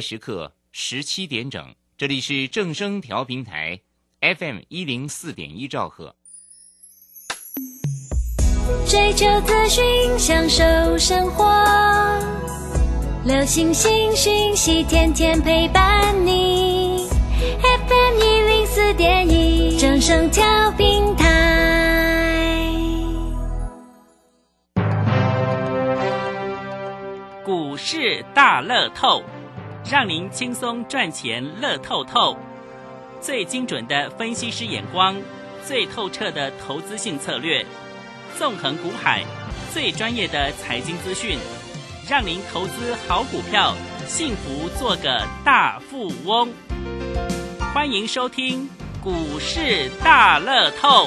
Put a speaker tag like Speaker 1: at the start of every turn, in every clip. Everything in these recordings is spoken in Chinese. Speaker 1: 时刻十七点整，这里是正声调频台 FM 一零四点一兆赫。
Speaker 2: 追求资讯，享受生活，流星星讯息，天天陪伴你。FM 一零四点一，正声调频台。
Speaker 3: 股市大乐透，让您轻松赚钱乐透透。最精准的分析师眼光，最透彻的投资性策略，纵横股海，最专业的财经资讯，让您投资好股票，幸福做个大富翁。欢迎收听《股市大乐透》。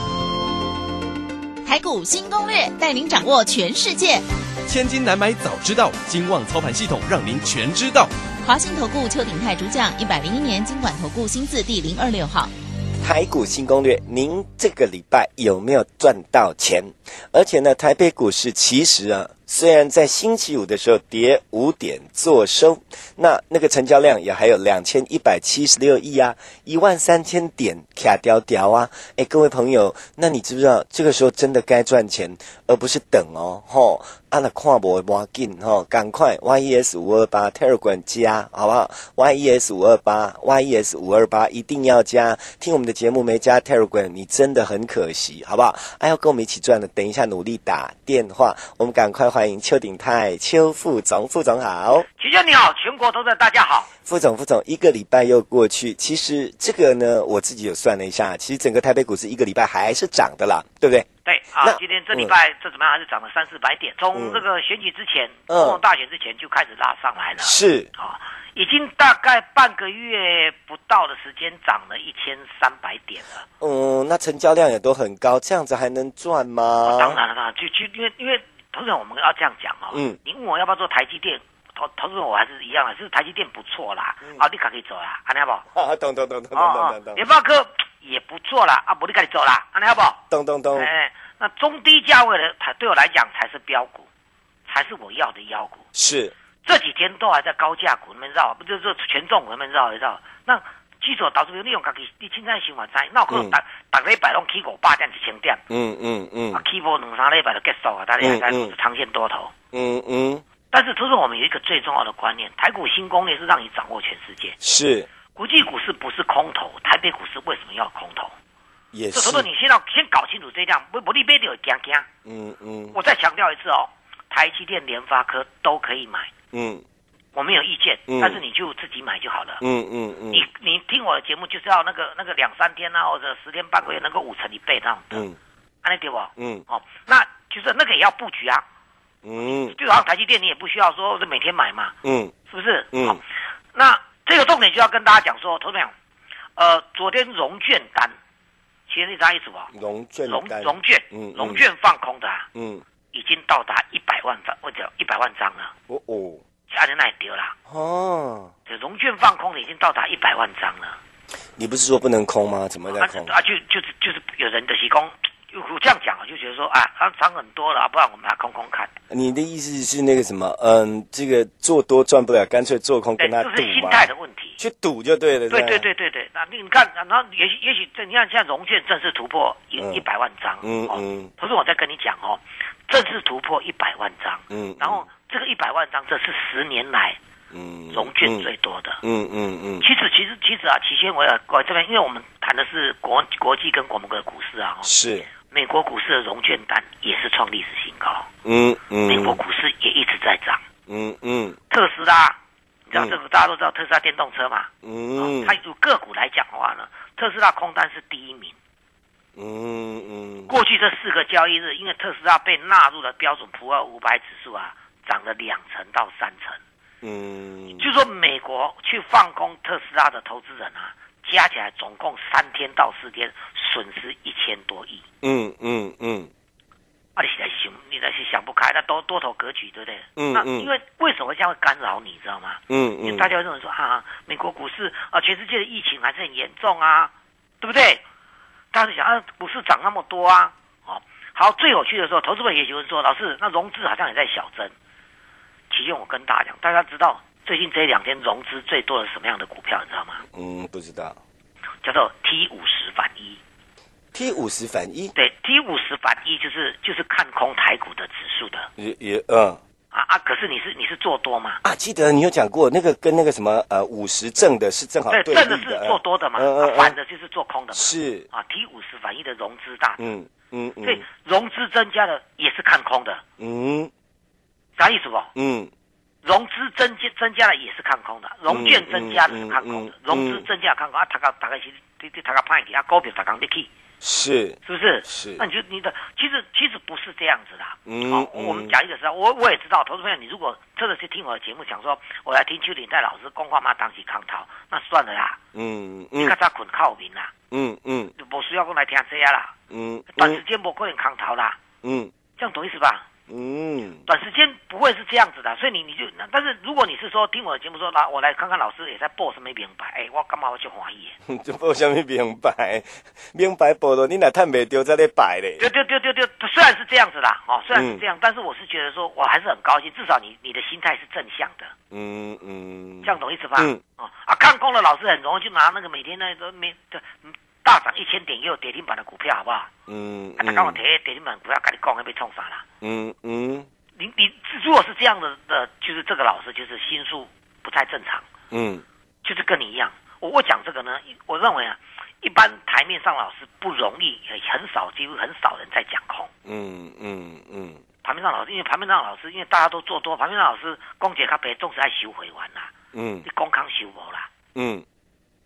Speaker 4: 台股新攻略，带您掌握全世界。
Speaker 5: 千金难买早知道，金旺操盘系统让您全知道。
Speaker 4: 华信投顾邱鼎泰主讲，一百零一年经管投顾新字第零二六号。
Speaker 6: 台股新攻略，您这个礼拜有没有赚到钱？而且呢，台北股市其实啊，虽然在星期五的时候跌五点做收，那那个成交量也还有两千一百七十六亿啊，一万三千点卡屌屌啊！哎，各位朋友，那你知不知道这个时候真的该赚钱，而不是等哦，吼、啊，那看无要紧吼，赶快 YES 五二八 Telegram 加好不好？YES 五二八 YES 五二八一定要加，听我们的节目没加 Telegram，你真的很可惜，好不好？哎、要跟我们一起赚的，等一下努力打电话，我们赶快欢迎邱鼎泰邱副总，副总好。
Speaker 7: 齐娟你好，全国同仁大家好。
Speaker 6: 副总，副总，一个礼拜又过去，其实这个呢，我自己有算了一下，其实整个台北股市一个礼拜还是涨的啦，对不对？
Speaker 8: 对啊
Speaker 6: 那，
Speaker 8: 今天这礼
Speaker 7: 嗯
Speaker 8: 拜、这怎么样？还是涨了三四百点，从
Speaker 6: 嗯
Speaker 8: 这个选举之前，
Speaker 6: 嗯
Speaker 8: 总统大选之前就开始拉上来了。
Speaker 6: 是，
Speaker 8: 啊，已经大概半个月不到的时间，涨了一千三百点
Speaker 7: 啊
Speaker 8: 了。
Speaker 6: 嗯，那成交量也都很高，这样子还能赚吗？
Speaker 8: 哦当然了，当然，就就因为因为，投资人我们要这样讲哦。
Speaker 6: 嗯。
Speaker 8: 你问我要不要做台积电？投投资人我还是一样啊，是台积电不错啦，
Speaker 6: 嗯
Speaker 8: 啊，你可以走啦，安尼好不好？
Speaker 6: 啊，懂懂懂懂
Speaker 8: 哦
Speaker 6: 懂
Speaker 8: 哦
Speaker 6: 懂，懂
Speaker 8: 联发科也不错啦，啊，不你赶紧走啦，安尼好不好？
Speaker 6: 懂懂懂，
Speaker 8: 哎，那中低价位的，它对我来讲才是标股，才是我要的妖股。
Speaker 6: 是
Speaker 8: 这几天都还在高价股那边绕，不就是权重股那边绕一绕。那基础导致你用家己，你凊彩想嘛知，那有可能
Speaker 6: 嗯
Speaker 8: 逐逐礼拜拢起五百点、一千点，
Speaker 6: 嗯嗯嗯
Speaker 8: 啊，起无两三礼拜就结束啊，大家
Speaker 6: 嗯
Speaker 8: 还在
Speaker 6: 嗯
Speaker 8: 长线多头。
Speaker 6: 嗯嗯，
Speaker 8: 但是，这是我们有一个最重要的观念，台股新攻略是让你掌握全世界。
Speaker 6: 是
Speaker 8: 国际股市不是空头，台北股市为什么要空头？
Speaker 6: 也
Speaker 8: 这
Speaker 6: 是
Speaker 8: 时候，你先要先搞清楚这一辆，不不你别就会惊惊。
Speaker 6: 嗯嗯
Speaker 8: 我再强调一次哦，台积电、联发科都可以买，
Speaker 6: 嗯
Speaker 8: 我没有意见，
Speaker 6: 嗯
Speaker 8: 但是你就自己买就好了。
Speaker 6: 嗯嗯嗯
Speaker 8: 你你听我的节目就是要那个那个两三天啊，或者十天半个月能够五成一倍那种的，
Speaker 6: 嗯
Speaker 8: 安利对不？
Speaker 6: 嗯
Speaker 8: 哦，那就是那个也要布局啊，
Speaker 6: 嗯
Speaker 8: 就好像台积电你也不需要说是每天买嘛，
Speaker 6: 嗯
Speaker 8: 是不是？
Speaker 6: 嗯
Speaker 8: 好那这个重点就要跟大家讲说，投资朋友呃，昨天融券单，其实是啥意思不？
Speaker 6: 嗯，融券
Speaker 8: 啊融
Speaker 6: 单，
Speaker 8: 融券
Speaker 6: 嗯嗯，
Speaker 8: 融券放空的、啊、
Speaker 6: 嗯，
Speaker 8: 已经到达一百万张，或者一百万张了，啊
Speaker 6: 哦哦
Speaker 8: 家人那也丢啦。
Speaker 6: 哦，
Speaker 8: 这融券放空的已经到达一百万张了，
Speaker 6: 你不是说不能空吗？怎么在
Speaker 8: 啊
Speaker 6: 空？
Speaker 8: 啊，就就是就是有人的提供，我这样讲啊，就觉得说啊，它涨很多了，啊不然我们来空空看，
Speaker 6: 你的意思是那个什么？嗯，这个做多赚不了，干脆做空
Speaker 8: 对，
Speaker 6: 跟他
Speaker 8: 哎这
Speaker 6: 赌
Speaker 8: 是心
Speaker 6: 嘛，
Speaker 8: 态的问题。
Speaker 6: 去赌就对了。是
Speaker 8: 对对
Speaker 6: 吧，
Speaker 8: 对对对，那你看，啊然后也许也许这你看现在融券正式突破一
Speaker 6: 嗯
Speaker 8: 一百万张，
Speaker 6: 嗯
Speaker 8: 哦
Speaker 6: 嗯，
Speaker 8: 不是我在跟你讲哦，正式突破一百万张，
Speaker 6: 嗯，
Speaker 8: 然后这个一百万张这是十年来
Speaker 6: 嗯，
Speaker 8: 融券最多的。
Speaker 6: 嗯嗯嗯嗯
Speaker 8: 其实其实其实啊，期限我也我这边，因为我们谈的是国国际跟我们的股市啊，哦
Speaker 6: 是，
Speaker 8: 美国股市的融券单也是创历史新高，
Speaker 6: 嗯
Speaker 8: 美国
Speaker 6: 嗯
Speaker 8: 股市也一直在涨。
Speaker 6: 嗯嗯
Speaker 8: 特斯拉，你知道
Speaker 6: 嗯
Speaker 8: 这个大家都知道特斯拉电动车嘛？哦
Speaker 6: 嗯，
Speaker 8: 它有个股来讲的话呢，特斯拉空单是第一名。
Speaker 6: 嗯嗯
Speaker 8: 过去这四个交易日，因为特斯拉被纳入了标准普尔五百指数啊，涨了两成到三成，
Speaker 6: 嗯，
Speaker 8: 就说美国去放空特斯拉的投资人啊，加起来总共三天到四天损失一千多亿。
Speaker 6: 嗯嗯嗯，
Speaker 8: 啊，你现在想，你在是想不开，那多多头格局，对不对？
Speaker 6: 嗯
Speaker 8: 那
Speaker 6: 嗯
Speaker 8: 因为为什么这样会干扰你，知道吗？
Speaker 6: 嗯
Speaker 8: 因为
Speaker 6: 嗯，
Speaker 8: 大家会认为说啊，美国股市啊，全世界的疫情还是很严重啊，对不对？大家就想啊，股市涨那么多啊，哦，好，最有趣的时候，投资者也就是说，老师，那融资好像也在小增。其实我跟大家讲，大家知道最近这两天融资最多的是什么样的股票，你知道吗？
Speaker 6: 嗯，不知道。
Speaker 8: 叫做 T 五十反一。
Speaker 6: T 五十反一，
Speaker 8: 对，T 五十反一就是就是看空台股的指数的
Speaker 6: 也也嗯
Speaker 8: 啊啊！可是你是你是做多嘛？
Speaker 6: 啊，记得你有讲过那个跟那个什么呃五十正的是正好
Speaker 8: 对，
Speaker 6: 啊对
Speaker 8: 正的
Speaker 6: 立
Speaker 8: 是
Speaker 6: 的，
Speaker 8: 做多的嘛，
Speaker 6: 嗯
Speaker 8: 啊
Speaker 6: 嗯
Speaker 8: 反
Speaker 6: 嗯，
Speaker 8: 的就是做空的嘛。
Speaker 6: 是，
Speaker 8: 啊，T 五十反一的融资大增
Speaker 6: 嗯嗯
Speaker 8: 所以
Speaker 6: 嗯
Speaker 8: 融资增加了也是看空的，
Speaker 6: 嗯
Speaker 8: 啥意思不？
Speaker 6: 嗯
Speaker 8: 融资增加增加了也是看空的，融券增加了是看空的
Speaker 6: 嗯嗯，嗯
Speaker 8: 融资增加了看空啊，大概大概是对对大概判给啊，高票大概 k
Speaker 6: 是，
Speaker 8: 是不是？
Speaker 6: 是
Speaker 8: 那你就你的其实其实不是这样子的。
Speaker 6: 嗯
Speaker 8: 好、
Speaker 6: 嗯
Speaker 8: 我们讲一个实在，我我也知道，投资朋友，你如果真的是听我的节目，想说我来听邱林泰老师公话嘛，当起康涛，那算了啦，
Speaker 6: 嗯
Speaker 8: 你
Speaker 6: 嗯
Speaker 8: 看他捆靠民啦，
Speaker 6: 嗯嗯
Speaker 8: 就不需要过来听这样啦，
Speaker 6: 嗯
Speaker 8: 短时间不可能康涛啦，
Speaker 6: 嗯
Speaker 8: 这样懂意思吧？
Speaker 6: 嗯
Speaker 8: 短时间不会是这样子的，所以你你就，那但是如果你是说听我的节目说，那我来看看老师也在播什么明白，哎、我干嘛我就怀疑？
Speaker 6: 嗯，这报啥物明白？明白报了，你若趁袂着，再咧摆咧。
Speaker 8: 对对对对对，虽然是这样子啦，哦，虽然是
Speaker 6: 嗯
Speaker 8: 这样，但是我是觉得说我还是很高兴，至少你你的心态是正向的，
Speaker 6: 嗯嗯，
Speaker 8: 这样懂意思吧？
Speaker 6: 嗯，
Speaker 8: 哦啊，看空了老师很容易就拿那个每天那个每的大涨一千点也有跌停板的股票，好不好？
Speaker 6: 嗯
Speaker 8: 啊，他刚好跌跌停板股票跟你讲要被冲啥啦？
Speaker 6: 嗯嗯
Speaker 8: 你你如果是这样的的，就是这个老师就是心术不太正常。
Speaker 6: 嗯
Speaker 8: 就是跟你一样。我我讲这个呢，我认为啊，一般台面上老师不容易，也很少，几乎很少人在讲空。
Speaker 6: 嗯嗯嗯
Speaker 8: 盘面上老师，因为盘面上老师，因为大家都做多，盘面上老师公姐他别总是爱修回完啦，
Speaker 6: 嗯
Speaker 8: 你公康修无啦，
Speaker 6: 嗯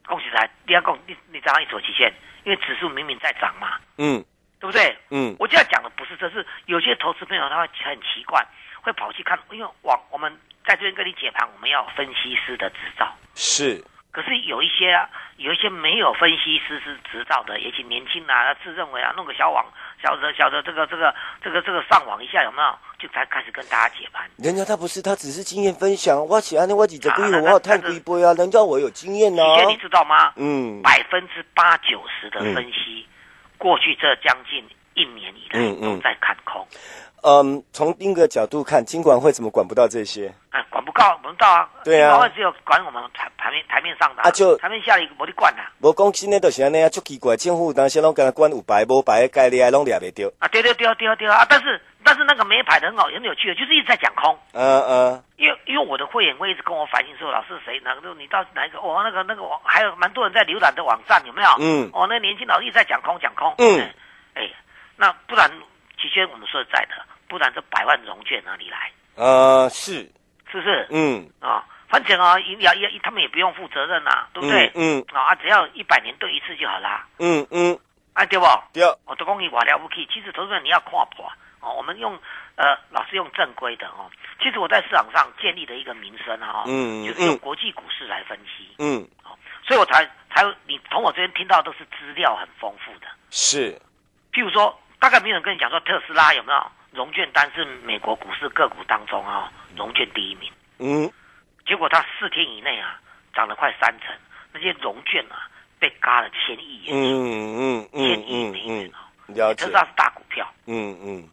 Speaker 8: 恭喜在你要讲你你早上一所期限，因为指数明明在涨嘛，
Speaker 6: 嗯
Speaker 8: 对不对？
Speaker 6: 嗯
Speaker 8: 我这样讲的不是这，是有些投资朋友他会很奇怪，会跑去看，因为网我们在这边跟你解盘，我们要有分析师的执照。
Speaker 6: 是，
Speaker 8: 可是有一些啊，有一些没有分析师是执照的，也许年轻啊，他自认为啊，弄个小网，小的小的这个这个这个这个上网一下有没有，就才开始跟大家解盘。
Speaker 6: 人家他不是，他只是经验分享。我喜欢的，我几只
Speaker 8: 啊
Speaker 6: 龟
Speaker 8: 那
Speaker 6: 我有
Speaker 8: 那
Speaker 6: 探
Speaker 8: 那
Speaker 6: 龟杯啊，人家我有经验呐
Speaker 8: 以。前你知道吗？
Speaker 6: 哦嗯
Speaker 8: 百分之八九十的分析，过去这将近一年以来
Speaker 6: 嗯嗯
Speaker 8: 都在看空，
Speaker 6: 嗯，从另一个角度看，金管会怎么管不到这些？
Speaker 8: 啊，管不到，管不到啊。
Speaker 6: 嗯对啊
Speaker 8: 台湾只有管我们台台面台面上的
Speaker 6: 啊就
Speaker 8: 台面下的一个没得管啊。
Speaker 6: 我讲现在都是安尼啊，足奇怪，政府当时拢跟他管有白无白的概念，拢抓袂到。
Speaker 8: 啊，对对对对对啊！但是但是那个没牌的很好，很有趣的，就是一直在讲空。
Speaker 6: 嗯嗯
Speaker 8: 因为因为我的会员会一直跟我反映说，老师谁哪个你到哪一个哦那个那个网还有蛮多人在浏览的网站有没有？
Speaker 6: 嗯
Speaker 8: 哦，那个年轻老师一直在讲空讲空。
Speaker 6: 嗯
Speaker 8: 哎，哎，那不然，其实我们说实在的，不然这百万融券哪里来？
Speaker 6: 呃是，
Speaker 8: 是不是？
Speaker 6: 嗯
Speaker 8: 啊、反正啊，也也也他们也不用负责任啊，对不对？
Speaker 6: 嗯嗯
Speaker 8: 啊啊，只要一百年对一次就好啦，
Speaker 6: 嗯嗯，
Speaker 8: 啊对不？
Speaker 6: 对，
Speaker 8: 我都讲你我了不起，其实投资人你要看破哦。我们用呃，老师用正规的哦。其实我在市场上建立的一个名声啊、哦，
Speaker 6: 嗯
Speaker 8: 就是用
Speaker 6: 嗯
Speaker 8: 国际股市来分析，
Speaker 6: 嗯
Speaker 8: 所以我才才你从我这边听到都是资料很丰富的。
Speaker 6: 是，
Speaker 8: 譬如说，大概没有人跟你讲说特斯拉有没有融券单是美国股市个股当中啊、融券第一名，
Speaker 6: 嗯
Speaker 8: 结果它四天以内啊涨了快三成，那些融券啊被嘎了千亿
Speaker 6: 嗯
Speaker 8: 元，
Speaker 6: 嗯嗯
Speaker 8: 千亿
Speaker 6: 嗯
Speaker 8: 美元
Speaker 6: 嗯
Speaker 8: 哦。
Speaker 6: 嗯，了解
Speaker 8: 特斯。拉是大股票，
Speaker 6: 嗯嗯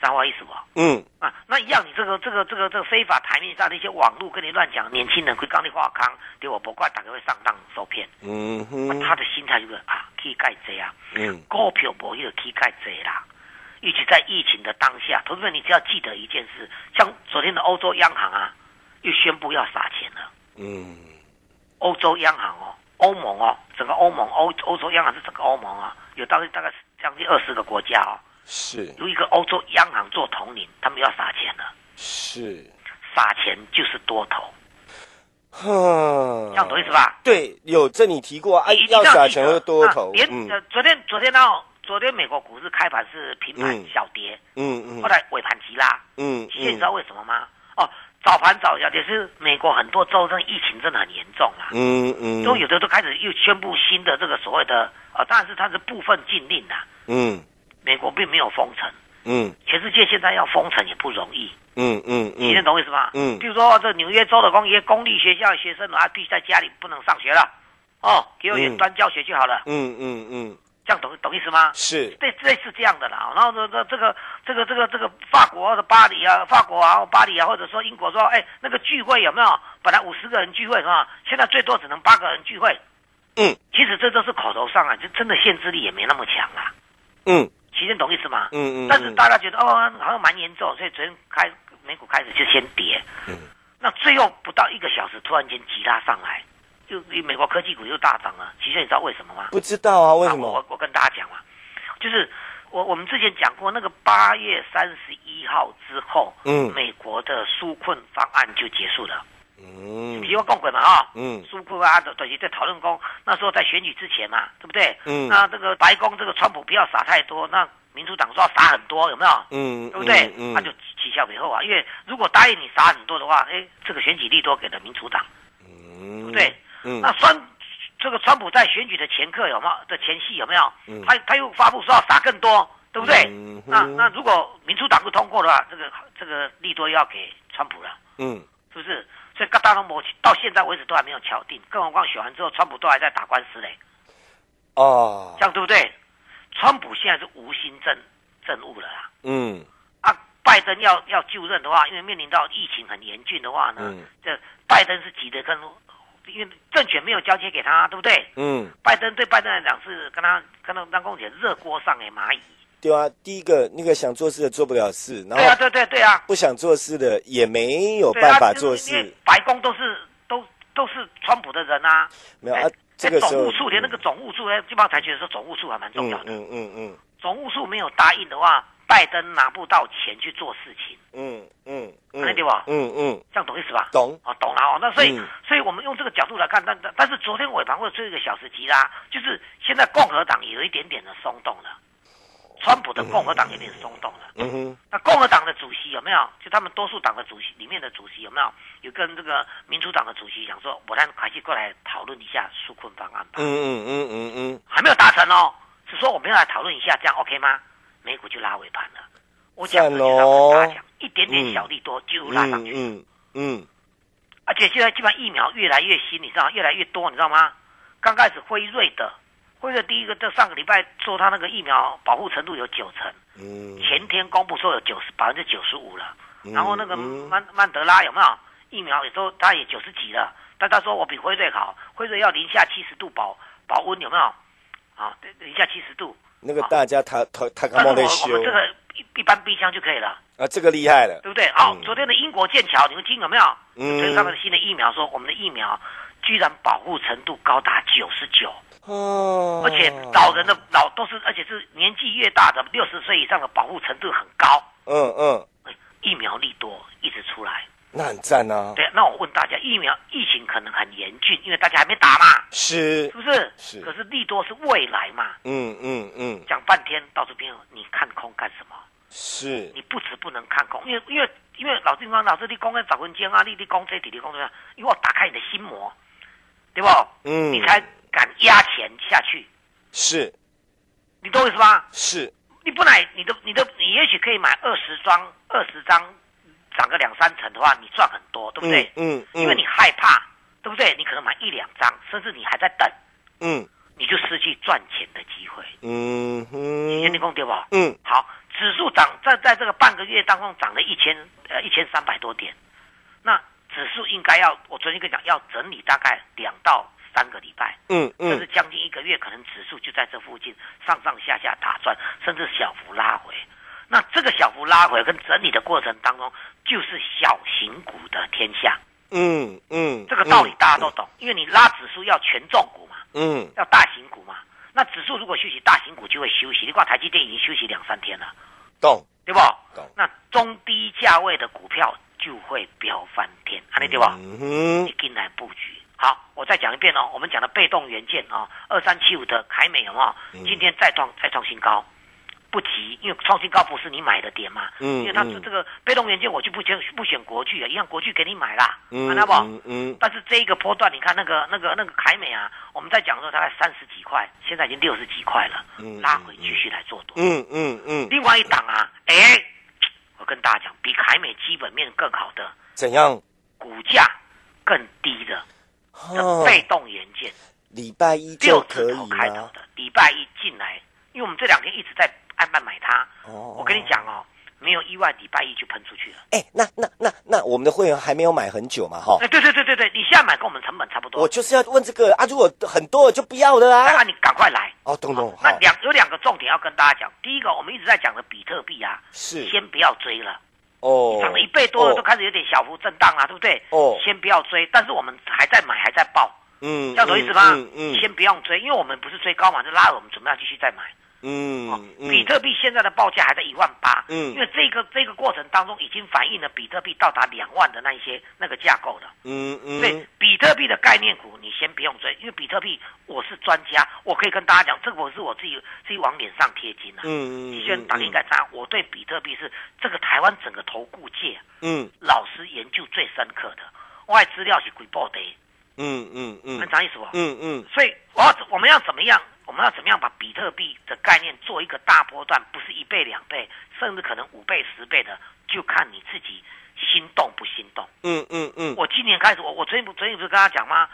Speaker 8: 知道我意思不？
Speaker 6: 嗯
Speaker 8: 啊，那一样，你这个这个这个这个非法台面上的一些网络跟你乱讲，年轻人会刚你话康，对我不怪大概会上当受骗。
Speaker 6: 嗯
Speaker 8: 那
Speaker 6: 哼，
Speaker 8: 他的心态就是啊，去盖这啊，
Speaker 6: 嗯
Speaker 8: 股票博弈去盖这啦。尤其在疫情的当下，同志们，你只要记得一件事，像昨天的欧洲央行啊，又宣布要撒钱了。
Speaker 6: 嗯
Speaker 8: 欧洲央行哦，欧盟哦，整个欧盟欧欧洲央行是整个欧盟啊，有大概大概将近二十个国家哦，
Speaker 6: 是
Speaker 8: 由一个欧洲央行做统领，他们要撒钱了。
Speaker 6: 是，
Speaker 8: 撒钱就是多头，
Speaker 6: 哼，
Speaker 8: 这样懂意思？吧？
Speaker 6: 对，有这你提过，哎
Speaker 8: 你，
Speaker 6: 哦要
Speaker 8: 要
Speaker 6: 撒
Speaker 8: 记
Speaker 6: 钱
Speaker 8: 得
Speaker 6: 会多头
Speaker 8: 啊。连、
Speaker 6: 嗯
Speaker 8: 呃昨天昨天呢、哦，昨天美国股市开盘是平盘
Speaker 6: 嗯
Speaker 8: 小跌，
Speaker 6: 嗯嗯
Speaker 8: 后来尾盘急拉。
Speaker 6: 嗯
Speaker 8: 现在你知道
Speaker 6: 嗯
Speaker 8: 为什么吗？哦，早盘早要，也是美国很多州，这疫情真的很严重啦、
Speaker 6: 嗯嗯，
Speaker 8: 都有的都开始又宣布新的这个所谓的啊，当然是它是部分禁令啦、
Speaker 6: 嗯
Speaker 8: 美国并没有封城，
Speaker 6: 嗯
Speaker 8: 全世界现在要封城也不容易，
Speaker 6: 嗯嗯
Speaker 8: 你能
Speaker 6: 嗯，
Speaker 8: 懂我意思吗？
Speaker 6: 嗯
Speaker 8: 比如说这纽约州的公一些公立学校的学生啊，必须在家里不能上学了，哦，给我远
Speaker 6: 嗯
Speaker 8: 端教学就好了，
Speaker 6: 嗯嗯嗯，
Speaker 8: 这样懂懂意思吗？
Speaker 6: 是，
Speaker 8: 类类似这样的啦。然后呢，这这个这个这个这个法国的巴黎啊，法国啊，巴黎啊，或者说英国说，哎，那个聚会有没有？本来五十个人聚会是吧？现在最多只能八个人聚会。
Speaker 6: 嗯，
Speaker 8: 其实这都是口头上啊，就真的限制力也没那么强啊。
Speaker 6: 嗯
Speaker 8: 其实懂意思吗？
Speaker 6: 嗯嗯，
Speaker 8: 但是大家觉得哦，好像蛮严重，所以昨天开美股开始就先跌。
Speaker 6: 嗯，
Speaker 8: 那最后不到一个小时，突然间急拉上来，就美国科技股又大涨了。其实你知道为什么吗？
Speaker 6: 不知道啊，为什
Speaker 8: 啊、我
Speaker 6: 么？
Speaker 8: 我跟大家讲嘛，就是我我们之前讲过，那个八月三十一号之后，
Speaker 6: 嗯
Speaker 8: 美国的纾困方案就结束了，
Speaker 6: 嗯
Speaker 8: 提供共轨嘛啊、
Speaker 6: 嗯
Speaker 8: 纾困啊，短期在讨论工，那时候在选举之前嘛，对不对？
Speaker 6: 嗯
Speaker 8: 那这个白宫这个川普不要撒太多，那民主党说要撒很多，有没有？
Speaker 6: 嗯，
Speaker 8: 对不对？
Speaker 6: 嗯
Speaker 8: 那就取消以后啊，因为如果答应你撒很多的话，哎，这个选举利多给了民主党，对
Speaker 6: 嗯，
Speaker 8: 不对？啊
Speaker 6: 嗯
Speaker 8: 那川这个川普在选举的前刻有没有的前戏有没有？
Speaker 6: 嗯
Speaker 8: 他他又发布说要撒更多，对不对？
Speaker 6: 嗯
Speaker 8: 那
Speaker 6: 哼
Speaker 8: 那如果民主党不通过的话，这个这个利多又要给川普了，
Speaker 6: 嗯
Speaker 8: 是不是？所以各大龙博到现在为止都还没有敲定，更何况选完之后，川普都还在打官司嘞，
Speaker 6: 哦
Speaker 8: 这，样对不对？川普现在是无心政政务了啦。
Speaker 6: 嗯
Speaker 8: 啊，拜登要要就任的话，因为面临到疫情很严峻的话呢，
Speaker 6: 嗯
Speaker 8: 这拜登是急得跟，因为政权没有交接给他，对不对？
Speaker 6: 嗯。
Speaker 8: 拜登对拜登来讲是跟他跟他当公姐热锅上的蚂蚁。
Speaker 6: 对啊，第一个那个想做事的做不了事，然
Speaker 8: 对啊，
Speaker 6: 后
Speaker 8: 对对对啊，
Speaker 6: 不想做事的也没哦有
Speaker 8: 对啊，
Speaker 6: 办法做
Speaker 8: 就是因
Speaker 6: 事
Speaker 8: 为，白宫都是都都是川普的人啊。
Speaker 6: 没有
Speaker 8: 哎
Speaker 6: 啊。这个
Speaker 8: 哎
Speaker 6: 时
Speaker 8: 总
Speaker 6: 候
Speaker 8: 务处连那个总务处，哎，基本上才觉得说总务处还蛮重
Speaker 6: 嗯
Speaker 8: 要的。
Speaker 6: 嗯嗯嗯
Speaker 8: 总务处没有答应的话，拜登拿不到钱去做事情，
Speaker 6: 嗯嗯
Speaker 8: 那
Speaker 6: 嗯，
Speaker 8: 对吧
Speaker 6: 嗯嗯，
Speaker 8: 这样懂意思吧？
Speaker 6: 懂。
Speaker 8: 哦，懂了哦。那所以，
Speaker 6: 嗯
Speaker 8: 所以我们用这个角度来看，但但但是昨天尾盘会最后一个小时急拉，就是现在共和党也有一点点的松动了，川普的共和党有点松动了。
Speaker 6: 嗯哼，
Speaker 8: 那共和党的主席有没有？就他们多数党的主席里面的主席有没有？有跟这个民主党的主席讲说，我让凯西过来讨论一下纾困方案吧。
Speaker 6: 嗯嗯嗯嗯嗯，
Speaker 8: 还没有达成哦，只说我们要来讨论一下，这样 OK 吗？美股就拉尾盘了。我讲的
Speaker 6: 赞
Speaker 8: 就是
Speaker 6: 哦
Speaker 8: 要跟大家讲，一点点小利多就拉上去。
Speaker 6: 嗯嗯
Speaker 8: 而且现在基本上疫苗越来越新，你知道，越来越多，你知道吗？刚开始辉瑞的，辉瑞第一个在上个礼拜说它那个疫苗保护程度有九成，
Speaker 6: 嗯，
Speaker 8: 前天公布说有九十百分之九十五了，
Speaker 6: 嗯
Speaker 8: 然后那个
Speaker 6: 嗯
Speaker 8: 曼曼德拉有没有疫苗也都他也九十几了，但他说我比辉瑞好，辉瑞要零下七十度保保温有没有？啊，对零下七十度，
Speaker 6: 那个大家他他他
Speaker 8: 但
Speaker 6: 干
Speaker 8: 是
Speaker 6: 嘛
Speaker 8: 我
Speaker 6: 在
Speaker 8: 我
Speaker 6: 修
Speaker 8: 们这个一一般冰箱就可以了。
Speaker 6: 啊？这个厉害了，
Speaker 8: 对不对？哦
Speaker 6: 嗯，
Speaker 8: 昨天的英国剑桥，你们听有没有？
Speaker 6: 嗯
Speaker 8: 推出他们的新的疫苗，说我们的疫苗居然保护程度高达九十九，
Speaker 6: 哦，
Speaker 8: 而且老人的老都是，而且是年纪越大的六十岁以上的保护程度很高，
Speaker 6: 嗯嗯，
Speaker 8: 哎疫苗利多一直出来。
Speaker 6: 那很赞啊，
Speaker 8: 对，那我问大家，疫苗疫情可能很严峻，因为大家还没打嘛，
Speaker 6: 是
Speaker 8: 是，不是？
Speaker 6: 是
Speaker 8: 可是利多是未来嘛？
Speaker 6: 嗯嗯嗯，
Speaker 8: 讲半天到处边你看空干什么？
Speaker 6: 是，
Speaker 8: 你不止不能看空，因为因为因为老金刚老师你讲的找文间啊，你你讲这底你讲这，因为我打开你的心魔，对不？
Speaker 6: 嗯
Speaker 8: 你才敢压钱下去，
Speaker 6: 是
Speaker 8: 你懂我意思吗？
Speaker 6: 是，
Speaker 8: 你不买，你都你都你也许可以买二十张，二十张涨个两三成的话，你赚很多，对不对？
Speaker 6: 嗯嗯，
Speaker 8: 因为你害怕，对不对？你可能买一两张，甚至你还在等，
Speaker 6: 嗯
Speaker 8: 你就失去赚钱的机会。
Speaker 6: 嗯
Speaker 8: 你你
Speaker 6: 哼，
Speaker 8: 讲对不？
Speaker 6: 嗯
Speaker 8: 好，指数涨在在这个半个月当中涨了一千呃一千三百多点，那指数应该要我昨天跟你讲要整理大概两到三个礼拜，
Speaker 6: 嗯
Speaker 8: 甚至
Speaker 6: 嗯
Speaker 8: 将近一个月，可能指数就在这附近上上下下打转，甚至小幅拉回。那这个小幅拉回跟整理的过程当中，就是小型股的天下，
Speaker 6: 嗯嗯，
Speaker 8: 这个道理大家都懂，因为你拉指数要权重股嘛，
Speaker 6: 嗯
Speaker 8: 要大型股嘛。那指数如果休息，大型股就会休息。你看台积电已经休息两三天了。
Speaker 6: 懂，
Speaker 8: 对不
Speaker 6: 懂？
Speaker 8: 那中低价位的股票就会飙翻天，安利对不？
Speaker 6: 嗯哼。
Speaker 8: 你进来布局。好，我再讲一遍哦，我们
Speaker 6: 嗯
Speaker 8: 讲的被动元件啊、哦，二三七五的凯美有没有？今天再创再创新高，不急，因为创新高不是你买的点嘛，
Speaker 6: 嗯
Speaker 8: 因为它
Speaker 6: 嗯
Speaker 8: 这个被动元件我就不选不选国巨了，一样国巨给你买啦，
Speaker 6: 嗯
Speaker 8: 看到不？
Speaker 6: 嗯嗯
Speaker 8: 但是这一个波段，你看那个那个那个凯美啊，我们在讲的时候大概三十几块，现在已经六十几块了，
Speaker 6: 嗯
Speaker 8: 拉回继续来做多。
Speaker 6: 嗯嗯嗯，
Speaker 8: 另外一档啊，哎、我跟大家讲，比凯美基本面更好的，
Speaker 6: 怎样？
Speaker 8: 股价更低的的
Speaker 6: 哦，
Speaker 8: 被动元件，
Speaker 6: 礼拜一就
Speaker 8: 六
Speaker 6: 可
Speaker 8: 字
Speaker 6: 以
Speaker 8: 头开头
Speaker 6: 吗？
Speaker 8: 的，礼拜一进来，因为我们这两天一直在按慢买它。
Speaker 6: 哦
Speaker 8: 我跟你讲哦，没有意外，礼拜一就喷出去了。
Speaker 6: 哎，那那那那我们的会员还没有买很久嘛，哈
Speaker 8: 哎、。对对对对对，你现在买跟我们成本差不多。
Speaker 6: 我就是要问这个啊，如果很多就不要了
Speaker 8: 那
Speaker 6: 啊。
Speaker 8: 你赶快来。
Speaker 6: 哦，懂懂，好
Speaker 8: 那，两有两个重点要跟大家讲，第一个我们一直在讲的比特币啊，
Speaker 6: 是
Speaker 8: 先不要追了，
Speaker 6: 哦，
Speaker 8: 涨了一倍多了
Speaker 6: 哦
Speaker 8: 都开始有点小幅震荡啊了，对不对？
Speaker 6: 哦
Speaker 8: 先不要追，但是我们还在买，还在报，
Speaker 6: 嗯，
Speaker 8: 这样懂意思吗？
Speaker 6: 嗯嗯
Speaker 8: 先不用追，因为我们不是追高嘛，就拉了，我们准备要继续再买。哦
Speaker 6: 嗯嗯，
Speaker 8: 比特币现在的报价还在一万八，
Speaker 6: 嗯
Speaker 8: 因为这个这个过程当中已经反映了比特币到达两万的那一些那个架构了。
Speaker 6: 嗯嗯，
Speaker 8: 所以比特币的概念股你先不用追，因为比特币我是专家，我可以跟大家讲，这个我是我自己自己往脸上贴金啊。
Speaker 6: 嗯嗯
Speaker 8: 其实打应该知道我对比特币是这个台湾整个投顾界啊
Speaker 6: 嗯
Speaker 8: 老师研究最深刻的，我的资料是鬼报的，
Speaker 6: 嗯嗯嗯
Speaker 8: 能啥意思不？
Speaker 6: 嗯嗯
Speaker 8: 所以我要我们要怎么样？我们要怎么样把比特币的概念做一个大波段，不是一倍、两倍，甚至可能五倍、十倍的，就看你自己心动不心动。
Speaker 6: 嗯嗯嗯，
Speaker 8: 我今年开始，我我昨天不昨天不是跟他讲吗？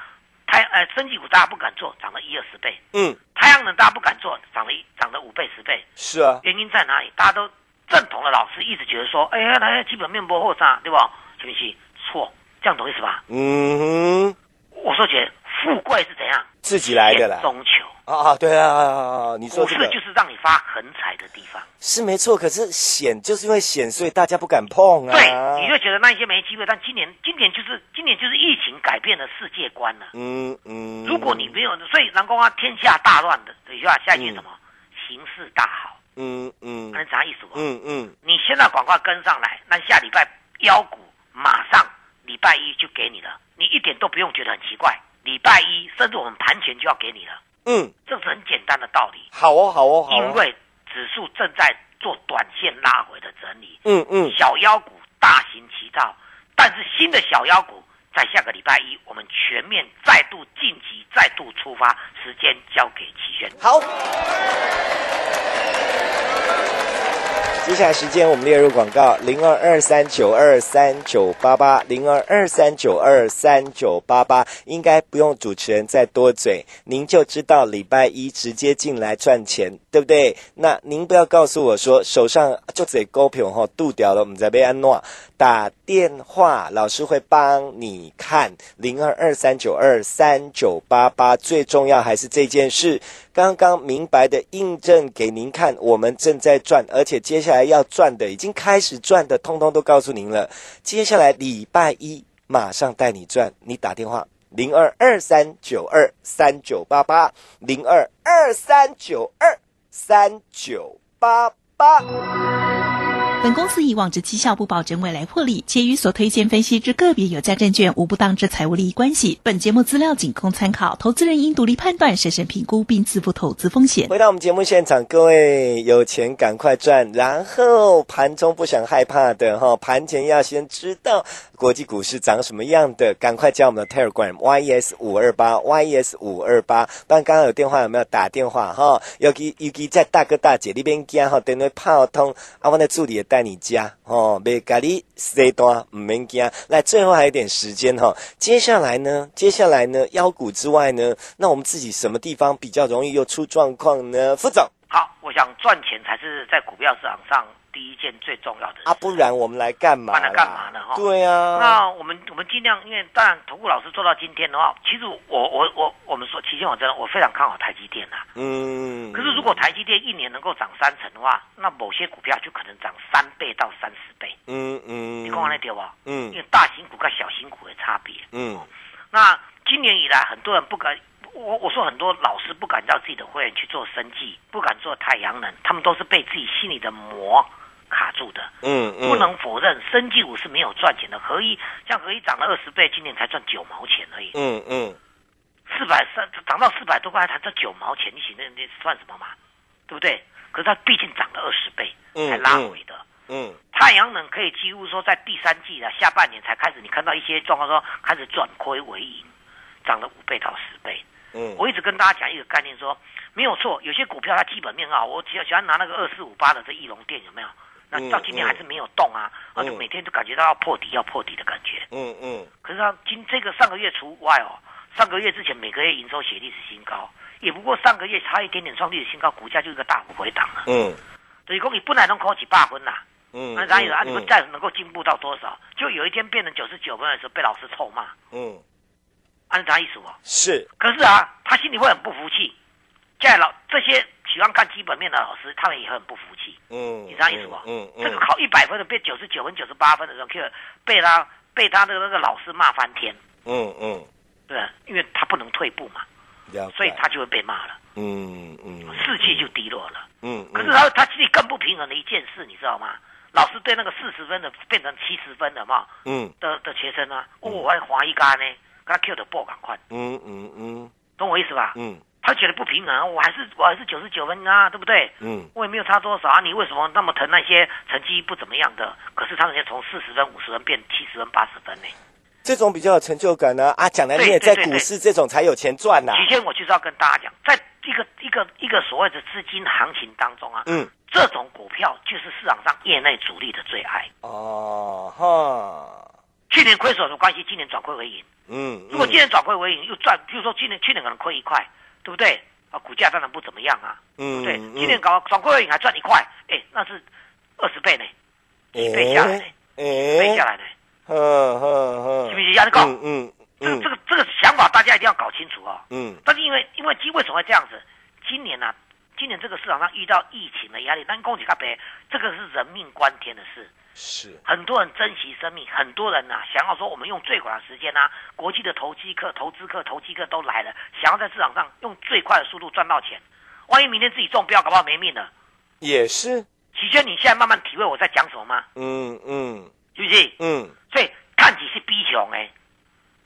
Speaker 8: 太呃，升级股大家不敢做，涨了一二十倍；
Speaker 6: 嗯
Speaker 8: 太阳能大家不敢做，涨了一涨了五倍十倍。
Speaker 6: 是啊，
Speaker 8: 原因在哪里？大家都正统的老师一直觉得说，哎呀，那基本面不后涨，对不？是不是？错，这样懂意思吧？
Speaker 6: 嗯，
Speaker 8: 我说姐，富贵是怎样？
Speaker 6: 自己来的
Speaker 8: 钱
Speaker 6: 啦。
Speaker 8: 中求。
Speaker 6: 啊，对啊，你说
Speaker 8: 股
Speaker 6: 这
Speaker 8: 市
Speaker 6: 个
Speaker 8: 就是让你发横财的地方，
Speaker 6: 是没错，可是险就是因为险，所以大家不敢碰啊。
Speaker 8: 对，你就觉得那些没机会，但今年今年就是今年就是疫情改变了世界观了。
Speaker 6: 嗯嗯，
Speaker 8: 如果你没有，所以南宫啊，天下大乱的，等一下下一句是什么？形势大好，
Speaker 6: 嗯嗯
Speaker 8: 那啥意思不？
Speaker 6: 嗯嗯
Speaker 8: 你现在赶快跟上来，那下礼拜妖股马上礼拜一就给你了，你一点都不用觉得很奇怪。礼拜一甚至我们盘前就要给你了，
Speaker 6: 嗯，
Speaker 8: 这是很简单的道理，
Speaker 6: 好哦好哦好
Speaker 8: 因
Speaker 6: 哦，
Speaker 8: 为指数正在做短线拉回的整理。
Speaker 6: 嗯嗯
Speaker 8: 小妖股大行其道，但是新的小妖股在下个礼拜一，我们全面再度晋级，再度出发，时间交给齐轩。
Speaker 6: 好。接下来时间我们列入广告，零二二三九二三九八八，零二二三九二三九八八，应该不用主持人再多嘴，您就知道礼拜一直接进来赚钱，对不对？那您不要告诉我说手上就这股票哈度掉了，我们再被安诺打电话，老师会帮你看零二二三九二三九八八，最重要还是这件事。刚刚明白的印证给您看，我们正在赚，而且接下来要赚的，已经开始赚的，通通都告诉您了。接下来礼拜一马上带你赚，你打电话零二二三九二三九八八零二二三九二三九八八。
Speaker 4: 本公司以往之绩效不保证未来获利，且与所推荐分析之个别有价证券无不当之财务利益关系。本节目资料仅供参考，投资人应独立判断、审慎评估并自负投资风险。
Speaker 6: 回到我们节目现场，各位有钱赶快赚，然后盘中不想害怕的哈，盘前要先知道国际股市长什么样的，赶快加我们的 Telegram YES 五二八 YES 五二八。不然刚刚有电话有没有打电话哈？尤其尤其在大哥大姐那边加哈，等会泡通，啊，我的助理也带你加哦，别咖喱 stay 多，唔免惊。来，最后还有一点时间哈、接下来呢，接下来呢，腰股之外呢，那我们自己什么地方比较容易又出状况呢？副总
Speaker 8: 好，我想赚钱才是在股票市场上第一件最重要的事
Speaker 6: 啊，不然我们来干嘛啦？
Speaker 8: 不然来干嘛呢哈
Speaker 6: 对啊，
Speaker 8: 那我们我们尽量，因为当然，投顾老师做到今天的话，其实我我我我们说，期间我真的我非常看好台积电啊。
Speaker 6: 嗯，
Speaker 8: 可是如果台积电一年能够涨三成的话，那某些股票就可能涨三倍到三十倍。
Speaker 6: 嗯嗯，
Speaker 8: 你看完那点吧，
Speaker 6: 嗯
Speaker 8: 因为大型股跟小型股的差别。
Speaker 6: 嗯
Speaker 8: 那今年以来，很多人不敢，我我说很多老师不敢叫自己的会员去做生计，不敢做太阳能，他们都是被自己心里的魔卡住的。
Speaker 6: 嗯嗯，
Speaker 8: 不能否认，生技股是没有赚钱的。合一像合一涨了二十倍，今年才赚九毛钱而已，
Speaker 6: 嗯嗯
Speaker 8: 四百三涨到四百多块，才赚九毛钱，你请那那算什么嘛？对不对？可是它毕竟涨了二十倍，
Speaker 6: 嗯
Speaker 8: 才拉回的。
Speaker 6: 嗯
Speaker 8: 太阳能可以几乎说在第三季的下半年才开始，你看到一些状况说开始转亏为盈，涨了五倍到十倍。
Speaker 6: 嗯
Speaker 8: 我一直跟大家讲一个概念说，没有错，有些股票它基本面好，我喜喜欢拿那个二四五八的这翼龙店有没有？那
Speaker 6: 嗯
Speaker 8: 到今天还是没有动啊，那、
Speaker 6: 嗯
Speaker 8: 就每天都感觉到要破底要破底的感觉。
Speaker 6: 嗯嗯
Speaker 8: 可是它今这个上个月除外哦，上个月之前每个月营收写历史新高，也不过上个月差一点点创历史新高，股价就一个大幅回档了。
Speaker 6: 嗯
Speaker 8: 所以讲你本来能考几百分啦、
Speaker 6: 嗯，
Speaker 8: 那咱有啊，你们
Speaker 6: 嗯
Speaker 8: 再能够进步到多少？就有一天变成九十九分的时候被老师臭骂，
Speaker 6: 嗯
Speaker 8: 按啥意思哦？
Speaker 6: 是
Speaker 8: 可是啊，他心里会很不服气。在老这些喜欢看基本面的老师，他们也很不服气，
Speaker 6: 嗯，
Speaker 8: 你知道意思不？
Speaker 6: 嗯嗯，
Speaker 8: 这个考一百分的变九十九分、九十八分的时候，就被他被他的那个老师骂翻天，
Speaker 6: 嗯嗯，
Speaker 8: 对吧，因为他不能退步嘛，
Speaker 6: 了解
Speaker 8: 所以他就会被骂了，
Speaker 6: 嗯嗯
Speaker 8: 士气就低落了。
Speaker 6: 嗯，
Speaker 8: 可是他他心里更不平衡的一件事，你知道吗？老师对那个四十分的变成七十分的嘛，
Speaker 6: 嗯
Speaker 8: 的的学生啊，哦，我还怀疑干呢，跟他 Q 的爆赶快，
Speaker 6: 嗯嗯嗯
Speaker 8: 懂我意思吧？
Speaker 6: 嗯
Speaker 8: 他觉得不平衡，啊我还是我还是九十九分啊，对不对？
Speaker 6: 嗯
Speaker 8: 我也没有差多少啊，你为什么那么疼那些成绩不怎么样的？可是他们就从四十分、五十分变七十分、八十分呢。
Speaker 6: 这种比较有成就感呢啊，讲来你也在股市这种才有钱赚呐，
Speaker 8: 首先，我就是要跟大家讲，在一个一个一个所谓的资金行情当中啊，
Speaker 6: 嗯
Speaker 8: 这种股票就是市场上业内主力的最爱。
Speaker 6: 哦哈，
Speaker 8: 去年亏损没关系，今年转亏为盈。
Speaker 6: 嗯，
Speaker 8: 如果今年转亏为盈又赚，比如说今年去年可能亏一块，对不对？啊，股价当然不怎么样啊，对
Speaker 6: 嗯
Speaker 8: 不对？今年搞转亏为盈还赚一块，哎，那是二十倍呢，一倍下来呢，一倍
Speaker 6: 哎
Speaker 8: 下，来呢。
Speaker 6: 嗯嗯嗯，
Speaker 8: 是不是压力高？
Speaker 6: 嗯
Speaker 8: 这
Speaker 6: 嗯
Speaker 8: 这个这个想法大家一定要搞清楚哦。
Speaker 6: 嗯
Speaker 8: 但是因为因为今为什么会这样子？今年呢、啊，今年这个市场上遇到疫情的压力，但恭喜他别，这个是人命关天的事。
Speaker 6: 是
Speaker 8: 很多人珍惜生命，很多人呐、啊想要说我们用最短的时间啊，国际的投机客、投资客、投机客都来了，想要在市场上用最快的速度赚到钱。万一明天自己中标，搞不好没命了。
Speaker 6: 也是，
Speaker 8: 齐轩，你现在慢慢体会我在讲什么吗？
Speaker 6: 嗯嗯
Speaker 8: 是不是？
Speaker 6: 嗯，
Speaker 8: 所以看起是逼穷哎、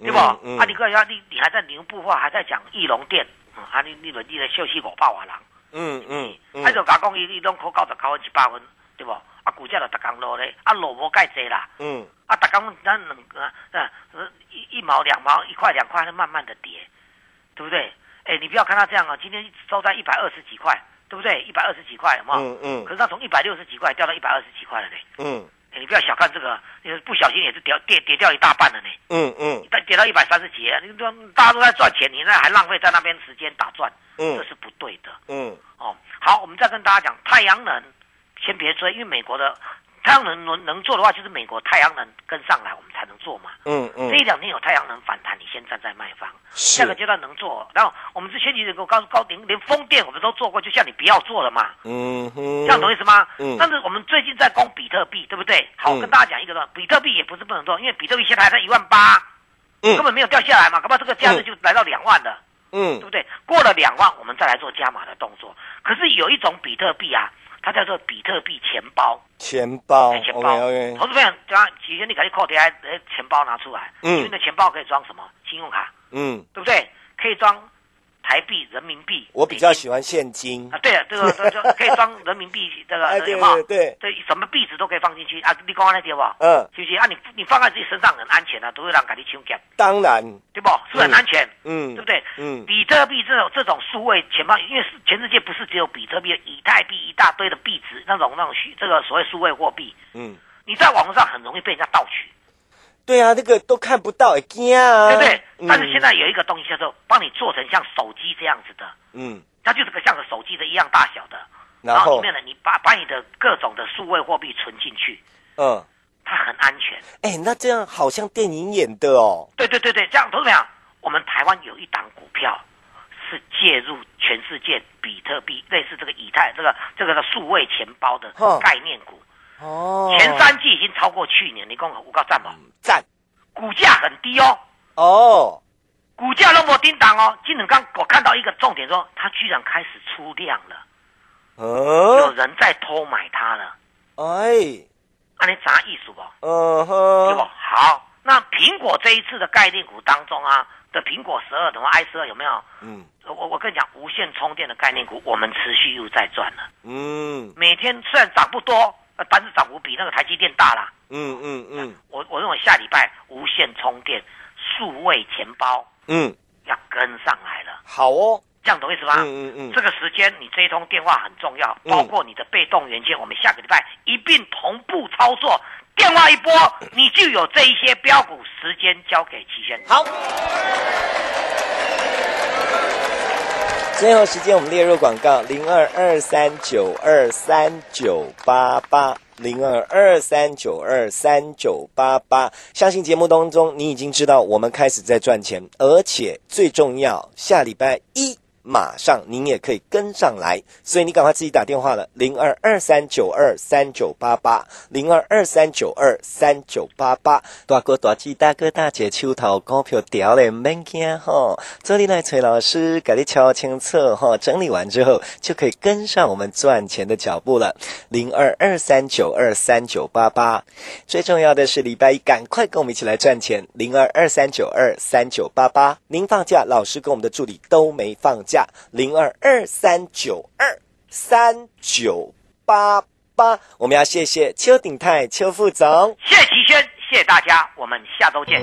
Speaker 8: 对不？
Speaker 6: 嗯
Speaker 8: 啊，你个要你你还在牛步话，还在讲翼龙店，嗯啊，你你就你来休息五百万人，
Speaker 6: 嗯嗯
Speaker 8: 啊，就甲讲伊伊拢考九十九分一百分，对不？啊，股价就逐工落咧，啊，落无介济啦，
Speaker 6: 嗯
Speaker 8: 啊，逐工咱两啊啊一一毛两毛一块两块，慢慢的跌，对不对？哎，你不要看它这样啊，今天收在一百二十几块，对不对？一百二十几块，有没有？
Speaker 6: 嗯嗯
Speaker 8: 可是它从一百六十几块掉到一百二十几块了呢，
Speaker 6: 嗯
Speaker 8: 哎你不要小看这个，你不小心也是掉跌跌掉一大半了呢。
Speaker 6: 嗯嗯
Speaker 8: 但跌到一百三十几，你说大家都在赚钱，你那还浪费在那边时间打转，
Speaker 6: 嗯
Speaker 8: 这是不对的
Speaker 6: 嗯
Speaker 8: 哦。好，我们再跟大家讲太阳能，先别追，因为美国的太阳能能能做的话，就是美国太阳能跟上来，我们才能做嘛。
Speaker 6: 嗯嗯
Speaker 8: 这一，两天有太阳能反弹，你先站在卖方，
Speaker 6: 是
Speaker 8: 下个阶段能做。然后我们之前你给我告诉高鼎，连风电我们都做过，就叫你不要做了嘛。
Speaker 6: 嗯哼，
Speaker 8: 这样懂意思吗？
Speaker 6: 嗯
Speaker 8: 但是我们最近在攻比特币，对不对？好，
Speaker 6: 嗯
Speaker 8: 我跟大家讲一个段，比特币也不是不能做，因为比特币现在还在一万八，
Speaker 6: 嗯
Speaker 8: 根本没有掉下来嘛，搞不好这个价值就来到两万了，
Speaker 6: 嗯
Speaker 8: 对不对？过了两万，我们再来做加码的动作。可是有一种比特币啊，它叫做比特币钱包，
Speaker 6: 钱包
Speaker 8: 哎钱包。
Speaker 6: ，OK
Speaker 8: 投
Speaker 6: OK，
Speaker 8: 资朋友，刚几天你赶紧扣 D I 钱包拿出来，
Speaker 6: 嗯
Speaker 8: 因为那钱包可以装什么？信用卡，
Speaker 6: 嗯，
Speaker 8: 对不对？可以装台币、人民币。
Speaker 6: 我比较
Speaker 8: 美金
Speaker 6: 喜欢现金
Speaker 8: 啊，，对了，这个这个可以装人民币，这个
Speaker 6: 哎
Speaker 8: 有
Speaker 6: 对
Speaker 8: 没有
Speaker 6: 对对，
Speaker 8: 这什么币值都可以放进去啊！你讲那对不？
Speaker 6: 嗯，
Speaker 8: 是不是啊？你你放在自己身上很安全啊，都会让给你抢劫，
Speaker 6: 当然，
Speaker 8: 对不？是不是很安全？
Speaker 6: 嗯，
Speaker 8: 对不对？
Speaker 6: 嗯
Speaker 8: 比特币这种这种数位钱包，因为是全世界不是只有比特币，以太币一大堆的币值，那种那种虚这个所谓数位货币，
Speaker 6: 嗯，
Speaker 8: 你在网络上很容易被人家盗取，
Speaker 6: 对啊，那个都看不到，惊啊，
Speaker 8: 对不对？但是现
Speaker 6: 在，
Speaker 8: 在有一个东西叫做帮你做成像手机这样子的，
Speaker 6: 嗯，
Speaker 8: 它就是个像个手机的一样大小的，
Speaker 6: 然
Speaker 8: 后
Speaker 6: 后
Speaker 8: 里，面呢，你把把你的各种的数位货币存进去，
Speaker 6: 嗯，
Speaker 8: 它很安全。
Speaker 6: 哎，那这样好像电影演的哦，
Speaker 8: 对对对对，这样投资朋友，我们台湾有一档股票是介入全世界比特币类似这个以太这个这个的数位钱包的
Speaker 6: 哼
Speaker 8: 概念股，
Speaker 6: 哦，嗯
Speaker 8: 前三季已经超过去年，你讲我告占吧，
Speaker 6: 赞，
Speaker 8: 股价很低哦，
Speaker 6: 哦，
Speaker 8: 股价都没叮当哦。今天刚我看到一个重点说，它居然开始出量了，有
Speaker 6: 嗯，
Speaker 8: 人在偷买它了，啊
Speaker 6: 哎，
Speaker 8: 那你啥意思不？
Speaker 6: 嗯
Speaker 8: 对不
Speaker 6: 哼，
Speaker 8: 好，那苹果这一次的概念股当中啊，的苹果十二的话，i 十二有没有？
Speaker 6: 嗯
Speaker 8: 我我跟你讲，无线充电的概念股，我们持续又在赚了。
Speaker 6: 嗯
Speaker 8: 每天虽然涨不多，呃但是涨幅比那个台积电大啦。
Speaker 6: 嗯嗯嗯
Speaker 8: 我我认为下礼拜无线充电、数位钱包
Speaker 6: 嗯，
Speaker 8: 要跟上来了，
Speaker 6: 好哦，
Speaker 8: 这样懂意思吗？
Speaker 6: 嗯嗯嗯，
Speaker 8: 这个时间你这一通电话很重要，
Speaker 6: 嗯
Speaker 8: 包括你的被动元件，我们下个礼拜一并同步操作。电话一拨，你就有这一些标股，时间交给齐轩。
Speaker 6: 好。最后时间，我们列入广告：零二二三九二三九八八，零二二三九二三九八八。相信节目当中，你已经知道我们开始在赚钱，而且最重要，下礼拜一马上您也可以跟上来，所以你赶快自己打电话了，零二二三九二三九八八，零二二三九二三九八八。大哥大姐大哥大姐手头股票掉嘞，免惊吼，这里来崔老师给你敲清楚吼，整理完之后就可以跟上我们赚钱的脚步了，零二二三九二三九八八。最重要的是礼拜一赶快跟我们一起来赚钱，零二二三九二三九八八。您放假，老师跟我们的助理都没放假，零二二三九二三九八八。我们要谢谢邱鼎泰邱副总。
Speaker 8: 谢谢齐轩，谢谢大家，我们下周见。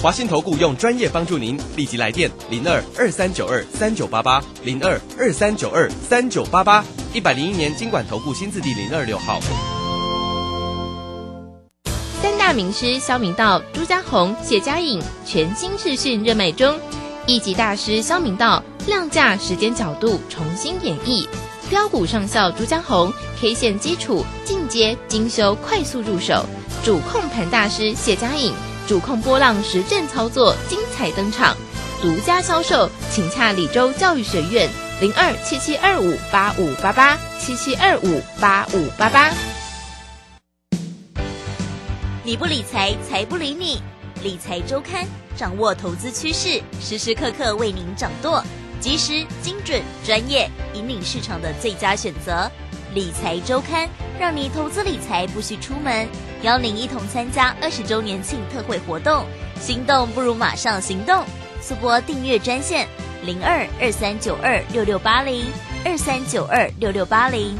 Speaker 5: 华信投顾用专业帮助您，立即来电零二二三九二三九八八零二二三九二三九八八，一百零一年经管投顾新字第零二六号。
Speaker 9: 三大名师肖明道、朱家红、谢佳颖全新视讯热卖中，一级大师肖明道量价时间角度重新演绎，标股上校朱家红 K 线基础进阶精修快速入手，主控盘大师谢佳颖主控波浪实战操作精彩登场，独家销售，请洽李州教育学院零二七七二五八五八八七七二五八五八八。
Speaker 10: 你不理财，财不理你。理财周刊掌握投资趋势，时时刻刻为您掌舵，及时、精准、专业，引领市场的最佳选择。理财周刊让你投资理财不需出门，邀您一同参加二十周年庆特惠活动，心动不如马上行动！速拨订阅专线零二二三九二六六八零二三九二六六八零。